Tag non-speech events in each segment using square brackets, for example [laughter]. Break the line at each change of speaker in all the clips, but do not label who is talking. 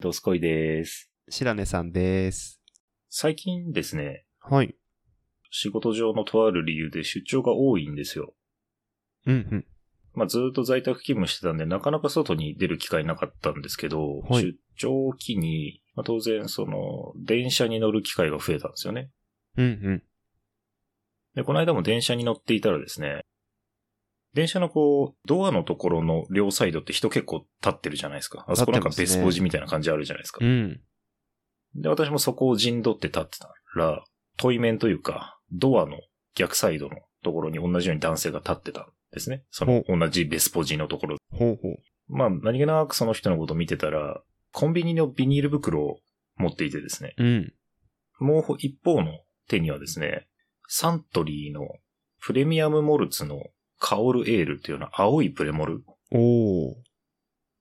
ドスコイです。
白根さんです。
最近ですね、
はい。
仕事上のとある理由で出張が多いんですよ。
うん、
まあ、ずっと在宅勤務してたんで、なかなか外に出る機会なかったんですけど、
はい
出張を機に、まあ、当然、その、電車に乗る機会が増えたんですよね。
うん。うん、
で、この間も電車に乗っていたらですね、電車のこう、ドアのところの両サイドって人結構立ってるじゃないですか。あそこなんか
立
ベ
ってます
ス
ね
ポジみたいな感じあるじゃないですか。
うん。うん。
で、私もそこを陣取って立ってたら、対面というか、ドアの逆サイドのところに同じように男性が立ってたんですね。その同じベスポジのところ。
ほうほう。
まあ、何気なくその人のことを見てたら、コンビニのビニール袋を持っていてですね、
うん。
もう一方の手にはですね、サントリーのプレミアムモルツのカオルエールっていうような青いプレモル、
おー。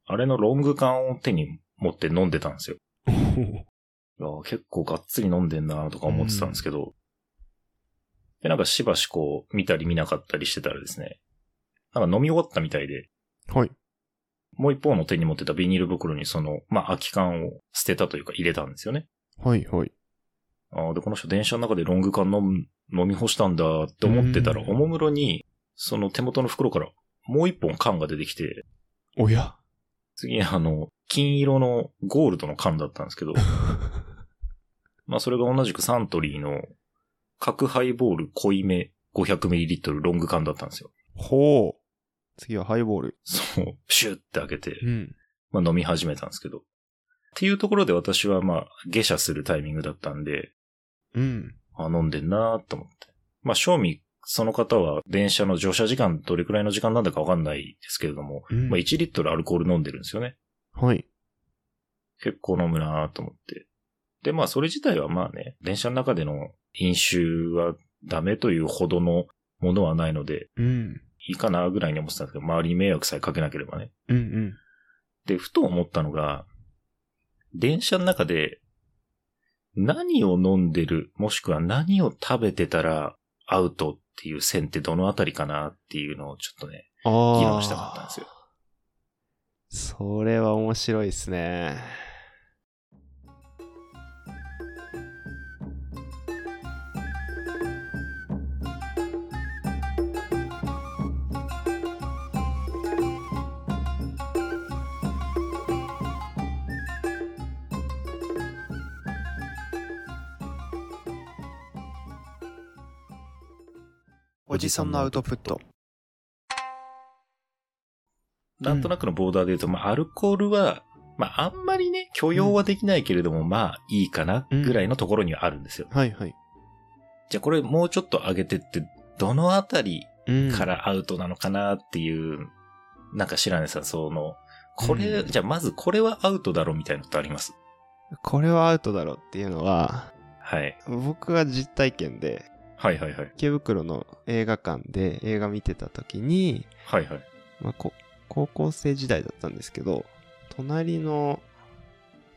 あれのロング缶を手に持って飲んでたんですよ。いやー結構がっつり飲んでんなーとか思ってたんですけど、で、なんかしばしこう見たり見なかったりしてたらですね、なんか飲み終わったみたいで、
[laughs] はい。
もう一方の手に持ってたビニール袋にその、まあ、空き缶を捨てたというか入れたんですよね。
はい、はい。
あーで、この人電車の中でロング缶飲む飲み干したんだーって思ってたら、
うん
おもむろに、その手元の袋からもう一本缶が出てきて、
おや。
次あの、金色のゴールドの缶だったんですけど、まあそれが同じくサントリーの角ハイボール濃いめ 500ml ロング缶だったんですよ。
[laughs] ほう。次はハイボール。
そう、シュッって開けて、
うん。
まあ飲み始めたんですけど。っていうところで私はまあ下車するタイミングだったんで、
うん。
あ、飲んでんなーと思って。まあ正味、その方は電車の乗車時間どれくらいの時間なんだかわかんないですけれども、
うん
まあ1リットルアルコール飲んでるんですよね。
はい。
結構飲むなと思って。で、まあそれ自体はまあね、電車の中での飲酒はダメというほどのものはないので、
うん。
いいかなぐらいに思ってたんですけど、周りに迷惑さえかけなければね。
うん、うん。
で、ふと思ったのが、電車の中で何を飲んでる、もしくは何を食べてたらアウトっていう線ってどのあたりかなっていうのをちょっとね、
あ
議
ー。
論したかったんですよ。
それは面白いですね。おじさんのアウトプット。
なんとなくのボーダーで言うと、まあ、アルコールは、まあ、あんまりね、許容はできないけれども、まあ、いいかな、ぐらいのところにはあるんですよ。
はいはい。
じゃあ、これもうちょっと上げてって、どのあたり
うん
からアウトなのかなっていう、なんか白根さん、その、これ、
うん
じゃあ、まずこれはアウトだろうみたいなのってあります
これはアウトだろうっていうのは
はい。
僕は実体験で
はいはいはい。
池袋の映画館で映画見てた時に、
はいはい。
まあ、こ高校生時代だったんですけど隣の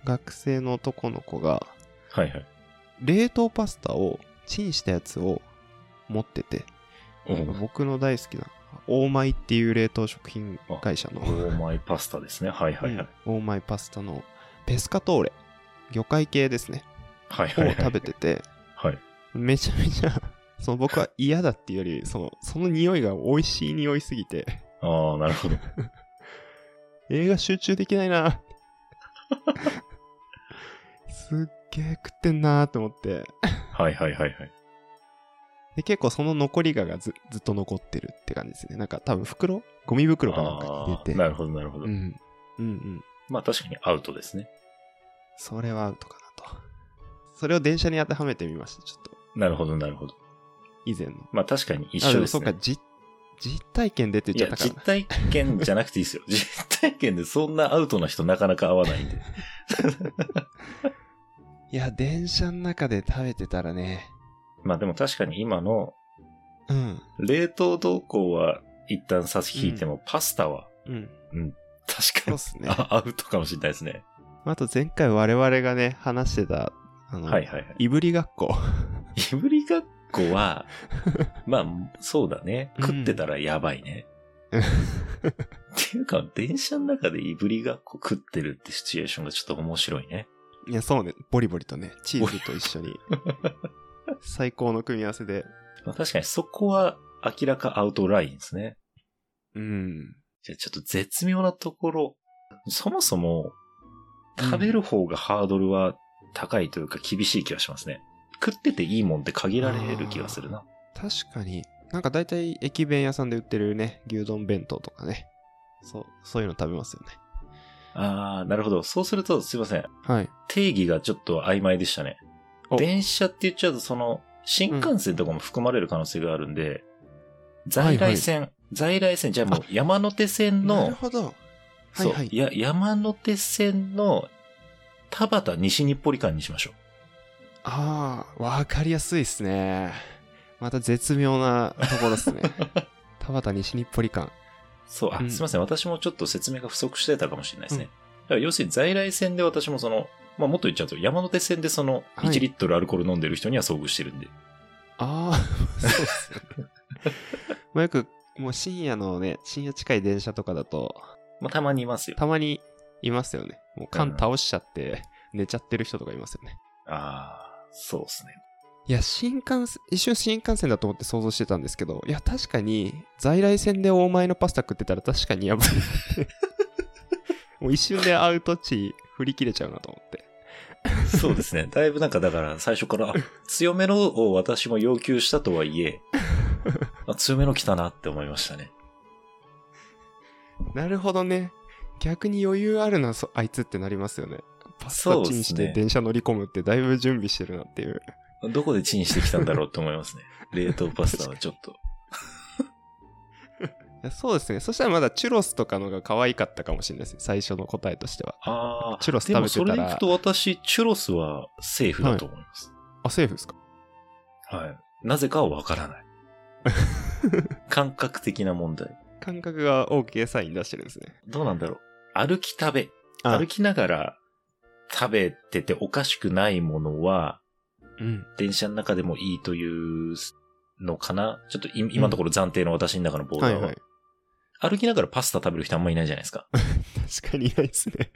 学生の男の子が
はいはい。
冷凍パスタをチンしたやつを持ってて
おう
僕の大好きなオーマイっていう冷凍食品会社の
オーマイパスタですね。はいはいはい。
うんオーマイパスタのペスカトーレ魚介系ですね
はい
を
はいはい。
食べてて
はい。
めちゃめちゃ [laughs] その僕は嫌だっていうよりそのその匂いが美味しい匂いすぎて
ああ、なるほど。
映画集中できない
[laughs]
なすっげえ食ってんなーと思って
はいはいはいはい。
で結構その残りががずずっと残ってるって感じですねなんか多分袋ゴミ袋かなんかに入れて
あーなるほどなるほど。
うん、うんうん
まあ、確かにアウトですね。
それはアウトかなとそれを電車に当てはめてみましたちょっと
なるほど、なるほど。
以前の
まあ確かに一
あで
緒
も
です
そうか
ね。
実実体験でって
い
言っ
や
ちゃ、ったから
実
な
体験じゃなくていいですよ。実体験でそんなアウトな人なかなか会わないんで。 [laughs]
いや電車の中で食べてたらね
まあでも確かに今の
うん
冷凍動向は一旦差し引いても、パスタは
うん
確か
そうっ
に、
すね
あアウトかもしれないですね。
あと前回我々がね話してたあの、
はいはいはい。
いぶりがっ [laughs] こ
いぶりがっこ
[laughs]
は、まあそうだね。
うん
食ってたらやばいね。っていうか、電車の中でいぶりがっこ食ってるってシチュエーションがちょっと面白いね。
いや、そうね。ボリボリとね、チーズと一緒に。最高の組み合わせで。
まあ、確かにそこは明らかアウトラインですね。
うん。
じゃあちょっと絶妙なところ、そもそも食べる方がハードルは高いというか厳しい気がしますね。食ってていいもんって限られる気がするな。
確かに。なんか大体駅弁屋さんで売ってるね、牛丼弁当とかね。そう、そういうの食べますよね。
ああー、なるほど。そうするとすいません。
はい。
定義がちょっと曖昧でしたね。
お
電車って言っちゃうと、その、新幹線とかも含まれる可能性があるんで、
はい
在来線、在来線、じゃあもう山手線
なる
の、
ほど。はい
そう、
はい。
や、山手線の田畑西日暮里間にしましょ
ああ、わかりやすいっすね。また絶妙なところっ [laughs] すね。田畑西日暮里間。
う。そう、あ、
うん
すいません。私もちょっと説明が不足してたかもしれないですね。だから要するに在来線で私もその、まあ、もっと言っちゃうと、山手線でその
はい
1リットルアルコール飲んでる人には遭遇してるんで。
ああ、 [laughs] そうっすよね。まあよく、もう深夜のね、深夜近い電車とかだと、
まあ、たまにいますよ。
たまにいますよね。
う
もう
ん
缶倒しちゃって、寝ちゃってる人とかいますよね。
ああ、そうですね。
いや、新幹線、一瞬新幹線だと思って想像してたんですけど、いや、確かに、在来線で大前のパスタ食ってたら確かに [laughs] やばい。もう一瞬でアウト値振り切れちゃうなと思って。
そうですね。だいぶなんかだから最初から、あ強めのを私も要求したとはい [laughs] え、あ強めの来たなって思いましたね。
なるほどね。逆に余裕あるな、そあいつってなりますよね。パス
そ
タ
うっす
チ
ね
ンして電車乗り込むってだいぶ準備してるなっていう。
どこでチンしてきたんだろうって思い [laughs] ますね。冷凍パスタはちょっと。
いやそうですね。そしたらまだチュロスとかのが可愛かったかもしれないですね。最初の答えとしては。
ああ、
チュロス
で
食
も
べて
そ
た
れ
ら
でいくと私、チュロスはセーフだと思います。
あ、セーフですか
はい。なぜかはわから
[laughs]
ない。感覚的な問題。
感覚が OK サイン出してるんですね。
どうなんだろう。歩き食べ。
あ
歩きながら食べてておかしくないものは、
うん。
電車の中でもいいというのかなちょっとい今のところ暫定の私の中のボーダ
は
ー
い
は。
はい。
歩きながらパスタ食べる人あんまいないじゃないです
[laughs]
か。
確かにいないですね。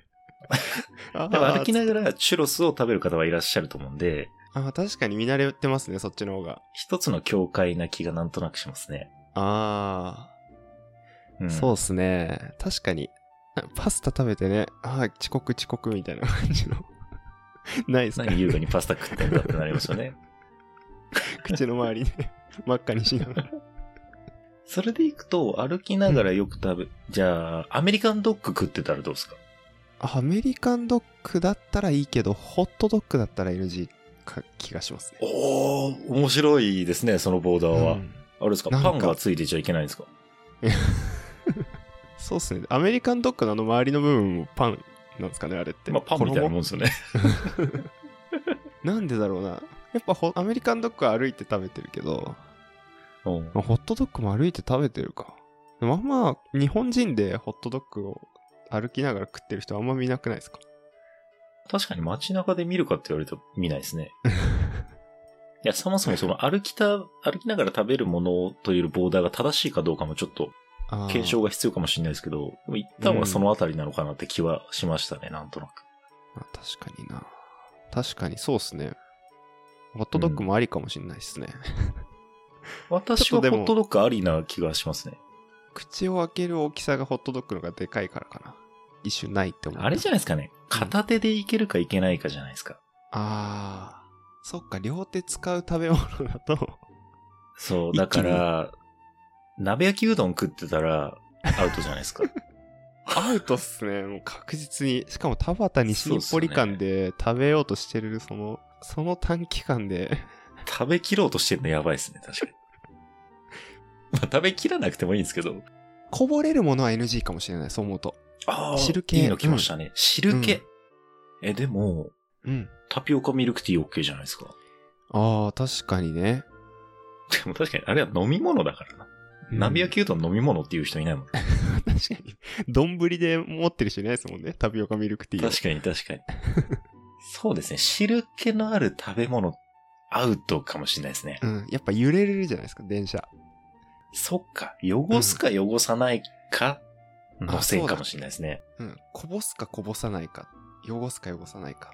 あ
でも歩き
ー
ながらチュロスを食べる方はいらっしゃると思うんで、
あー、確かに見慣れてますね、そっちの方が。
一つの境界な気がなんとなくしますね。
あ
う
あ、
ん、
そうっすね。確かに。あパスタ食べてね、ああ、遅刻遅刻みたいな感じの。 [laughs] ないですか
何優雅にパスタ食ってんだってなりますよね。
口の周りね、真っ赤にしながら。
それでいくと、歩きながらよく食べ、じゃあ、アメリカンドッグ食ってたらどうですか
アメリカンドッグだったらいいけど、ホットドッグだったら NG か気がしますね。
おお面白いですね、そのボーダーは。
うん
あれですか
なん
パ
か
ンがついてちゃいけないんですか
そうっすね。アメリカンドッグのあの周りの部分もパンなんですかね、あれって。
まあ、パンみたいなもんですよね。
衣なんでだろうな。やっぱほアメリカンドッグは歩いて食べてるけど、
うん
まあホットドッグも歩いて食べてるか。でもあんま日本人でホットドッグを歩きながら食ってる人あんま見なくな
[laughs]
いですか
確かに街中で見るかって言われると見ないですね。いや、そもそもその歩きた、歩きながら食べるものというボーダーが正しいかどうかもちょっと
あー
検証が必要かもしれないですけど、でも一旦はそのあたりなのかなって気はしましたね、なんとなく。
まあ確かにな。確かにそうっすね。ホットドッグもありかもしんないっすね。
私
ち
は
ょっと
ホ
でも
ットドッグありな気がしますね。
口を開ける大きさがホットドッグの方がでかいからかな。一瞬ないって思う。
あれじゃ
ゃ
ないですかね。片手でいけるかいけないかじゃないですか。
あー。そっか、両手使う食べ物
[laughs]
だと。
そう、だから、鍋焼きうどん食ってたらアウトじゃない [laughs] ですか。
アウトっすね。もう確実に。しかも田畑西日暮里間で食べようとしてる、その、その短期間で。
食べきろうとしてるのやばいですね、確かに。 [laughs] まあ、食べきらなくてもいいんですけど。
こぼれるものは NG かもしれない、そう思うと。
ああ、
汁気
いいの来ましたね。汁気、え、でも、
うん。
タピオカミルクティー OK じゃないですか。
ああ、確かにね。
でも確かに、あれは飲み物だからな。鍋焼
き。
きうどん飲み物っていう人いないもん。確
確かに。 [laughs] 丼で持ってる人いないですもんね。タピオカミルクティーを。
かに確 [laughs] かに。そうですね。汁気のある食べ物、アウトかもしれないですね。
うん。やっぱ揺れるじゃないですか、電車。
そっか。汚すか汚さないか
あ
のせいかもしれないですね。
うん。こぼすかこぼさないか。汚すか汚さないか。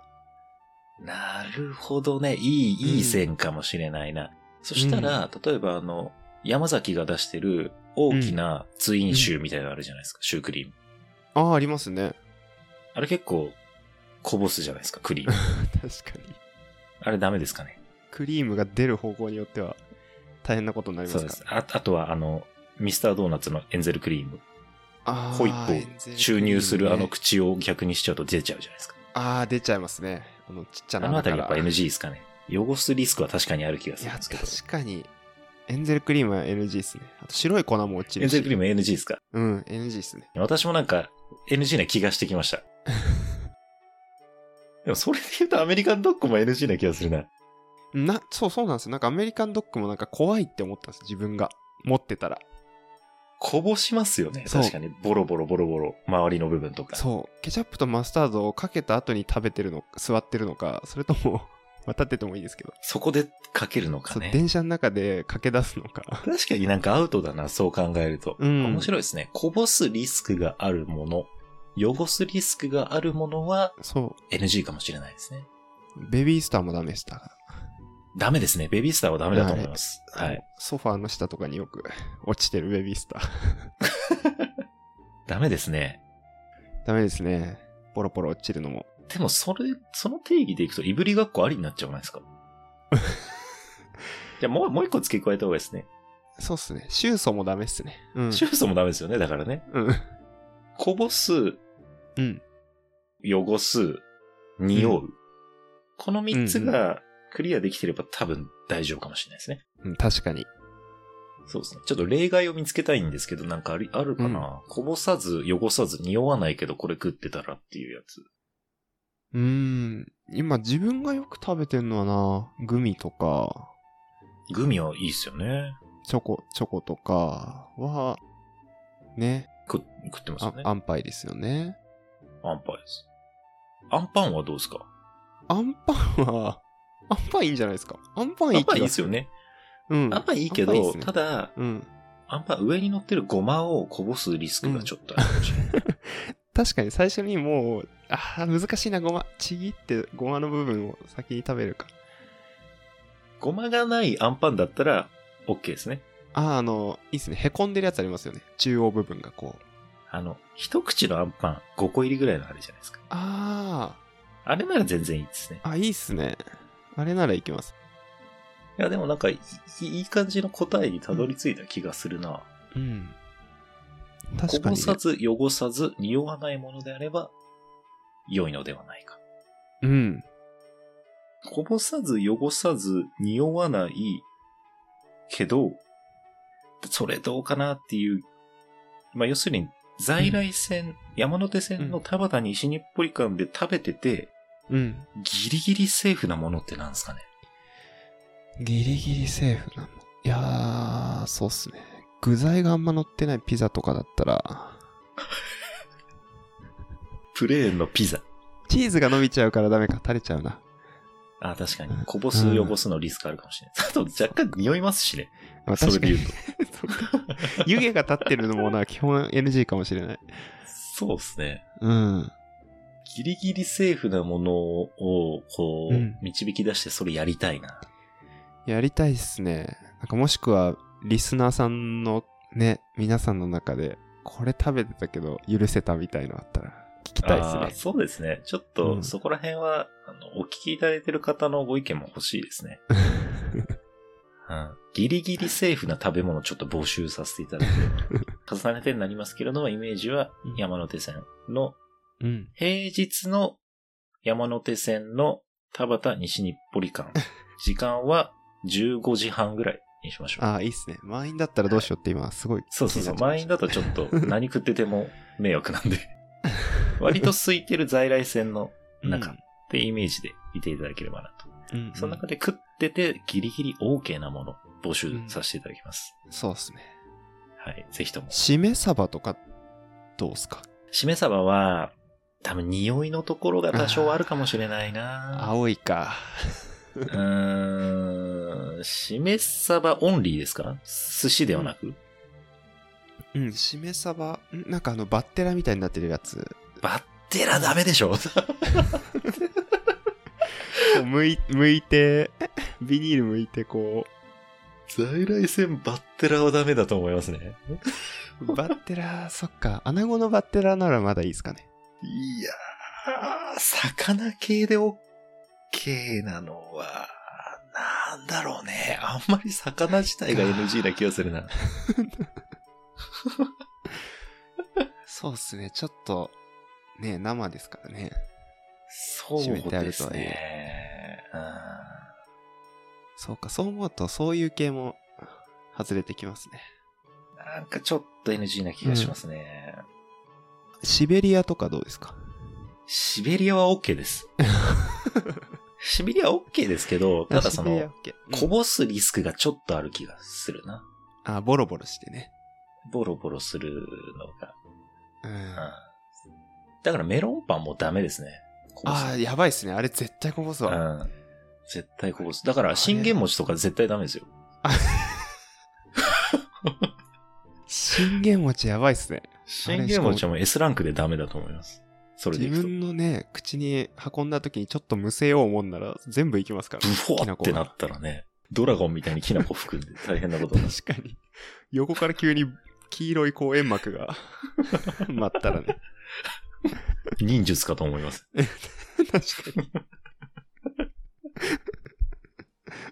なるほどね。いい、いい線かもしれないな。そしたら、例えばあの、山崎が出してる大きなツインシューみたいなのあるじゃないですか、シュークリーム。
ああ、ありますね。
あれ結構、こぼすじゃないですか、クリー
[laughs]
ム。
[laughs] 確かに。
あれダメですかね。
クリームが出る方向によっては大変なことになりま
そう
す
で
から
す。ああとは、あの、ミスタードーナツのエンゼルクリーム。
あー
ホイップを注入するあの。口を逆にしちゃうと出ちゃうじゃないですか。
ああ、出ちゃいますね。あのちっちゃ
あ
な
のあ
穴
た
か
りや
ら
っぱ NG ですかね。汚すリスクは確かにある気が
い
する
や、
んですけど。
確かに。エンゼルクリームは NG ですね。あと白い粉も落ち
エ
る
ン
し。
ゼルクリーム NG ですか
ムうん、NG ですね。 [laughs]
私もなんか NG な気がしてきました。でもそれで言うとアメリカンドッグも NG な気がするな。
な、そうそうなんですよ。なんかアメリカンドッグもなんか怖いって思ったんです。自分が。持ってたら。
こぼしますよね。
そう
確かに。ボロボロボロボロ。周りの部分とか。
そう。ケチャップとマスタードをかけた後に食べてるのか、座ってるのか、それとも、 [laughs] まあ、立っててもいいですけど。
そこでかけるのか
そう、
ね。
電車の中で駆け出すのか。
確かになんかアウトだな、そう考えると。
うん
面白いですね。こぼすリスクがあるもの、汚すリスクがあるものは
そ
NG かもしれないですね。
う。ベビースターもダメでした。
ダメですね。ベビースターはダメだと思います。はい。。
ソファーの下とかによく [laughs] 落ちてるベビースター。 [laughs]
ダメですね。
ダメですね。ポロポロ落ちるのも。
でも、それ、その定義でいくと、いぶりがっこありになっちゃわないです
[laughs]
かじゃあ、もう、もう一個付け加えた方がいいですね。
そうっすね。シューソもダメっすね。うん。
シューソもダメですよね。だからね。
うん。
こぼす、
うん。
汚す、匂う。
う
この三つがクリアできてれば多分大丈夫かもしれないですね。
うん、確かに。
そうですね。ちょっと例外を見つけたいんですけど、なんかありあるかな、こぼさず、汚さず、匂わないけどこれ食ってたらっていうやつ。
うーん。今、自分がよく食べてんのはな、グミとか、
グミはいいっすよね。
チョコ、チョコとかは、ね、
食食ってますよ
あ
ね。
安パイですよね。
アンパイです。アンパンはどうですか
アンパンは、アンパンいいんじゃないですか。アンパ
ア
ンいい
ンパンいいっすよ
ね。
ね。
うん。
アンパンいいけど、
アンパンっすね
ただ、
うん。 [laughs]
アンパン上に乗ってるゴマをこぼすリスクがちょっとあるかもしれ
[laughs]
ない。
確かに最初にもう、ああ、難しいな、ごま。ちぎって、ごまの部分を先に食べるか。
ゴマがないアンパンだったら、OK ですね。
ああ、あの、いいっすね。へこんでるやつありますよね。中央部分がこう。
あの、一口のアンパン5個入りぐらいのあれじゃないですか。
あ
あれなら全然いいですね。
あ、あ、いいっすね。あれならいきます。
いや、でもなんかいい、いい感じの答えにたどり着いた気がするな。
うん。
こ
確か
ぼ
に、
さず、汚さず、匂わないものであれば、良いのではないか。
うん。
こぼさず、汚さず、匂わない、けど、それどうかなっていう。まあ、要するに、在来線、山手線の田端西日暮里間で食べてて、
うん。
ギリギリセーフなものってなんですかね。
ギリギリセーフなの。いやー、そうっすね。具材があんま乗ってないピザとかだったら、
プレーンのピザ。
チーズが伸びちゃうからダメか、垂れちゃうな。
あ、確かに。こぼす、
うん
汚すのリスクあるかもしれない。あと、若干匂いますしね。
まあ
それで言うと。
確かにそうか湯気が立ってるのもな、基本 NG かもしれない。
そうですね。
うん。
ギリギリセーフなものを、こう、
うん
導き出してそれやりたいな。
やりたいっすね。なんかもしくは、リスナーさんのね、皆さんの中で、これ食べてたけど許せたみたいのあったら、聞きたいっす
あ
ね
ー。そうですね。ちょっ
う
と、
ん
そこら辺は、あの、お聞きいただいてる方のご意見も欲しいですね。うん、ギリギリセーフな食べ物ちょっと募集させていただい
[laughs]
て、重ねてになりますけれども、イメージは
うん
山手線の、
[laughs] うん。
平日の山手線の田端西日暮里
[laughs]
間。時間は15時半ぐらいにしましょう。
ああ、いいっすね。満員だったらどうしようって今、すごい。
そうそうそう。
気になっ
満員だとちょっ
[laughs]
と何食ってても迷惑なんで。割と空いてる在来線の中ってイメージでいていただければなと。
うん、うんうん
その中で食っててギリギリ OK なもの募集させていただきます。
そうっすね。
はい。ぜひとも。
しめ鯖とか、どうっすか
しめ鯖は多分匂いのところが多少あるかもしれないな
青いか。
うーん。しめ鯖オンリーですか寿司ではなく、
うん、しめ鯖、んなんかあの、バッテラみたいになってるやつ。
バッテラダメでしょ
こうむい、むいて、ビニールむいて、こ
[laughs] 在来線バッテラはダメだと思いますね。
う、バッテラ、そっか、アナゴのバッテラならまだいいですかね。
いやー、魚系で OK なのは、なんだろうね。あんまり魚自体が NG な気がするな。
そうっすね、ちょっと、ね、生ですからね。
そう
締めてある
です
とはい
ね。
そうか、そう思うと、そういう系も、外れてきますね。
うんなんかちょっと NG な気がしますね。
シベリアとかどうですか
シベリアは OK [laughs] です。シベリアは OK ですけど、ただそ
シベリア
の、
系うん
こぼすリスクがちょっとある気がするな。
あ、ボロボロしてね。
ボロボロするのが。
うん。あ
うんだからメロンパンもダメですね。こぼす
あー、やばいっすね。あれ絶対こぼすわ。
うん。絶対こぼす。だから、信玄餅とか絶対ダメですよ。
信玄餅やばいっすね。
信玄餅はもう S ランクでダメだと思います。それで
自
いくと。
分のね、口に運んだ時にちょっとむせようもんなら全部いきますから。
ブフォーってなったらね、ドラゴンみたいにキナコ含
[laughs]
んで大変なことになる。
確かに。横から急に黄色いこう煙幕が待ったらね。
忍術かと思います。
[laughs] 確かに。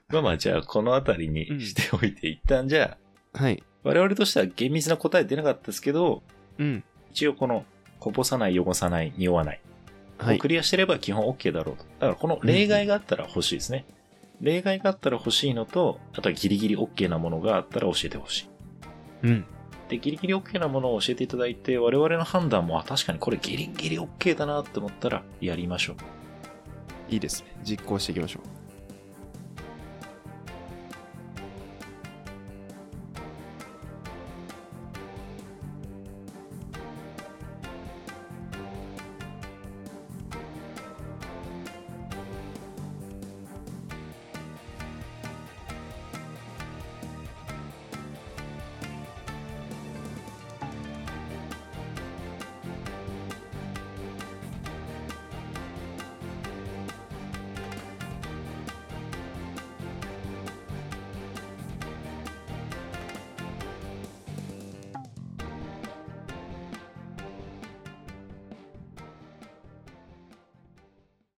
まあまあ、じゃあ、このあたりにしておいて、一旦じゃあ、
はい。
我々としては厳密な答え出なかったですけど、
うん。
一応この、こぼさない、汚さない、匂わない。
は
を
い
ク。リアしてれば基本 OK だろうと。だからこの例外があったら欲しいですね。例外があったら欲しいのと、あとはギリギリ OK なものがあったら教えてほしい。
うん。
で、ギリギリ OK なものを教えていただいて、我々の判断も、あ確かにこれギリギリ OK だなって思ったらやりましょう。
いいですね。実行していきましょう。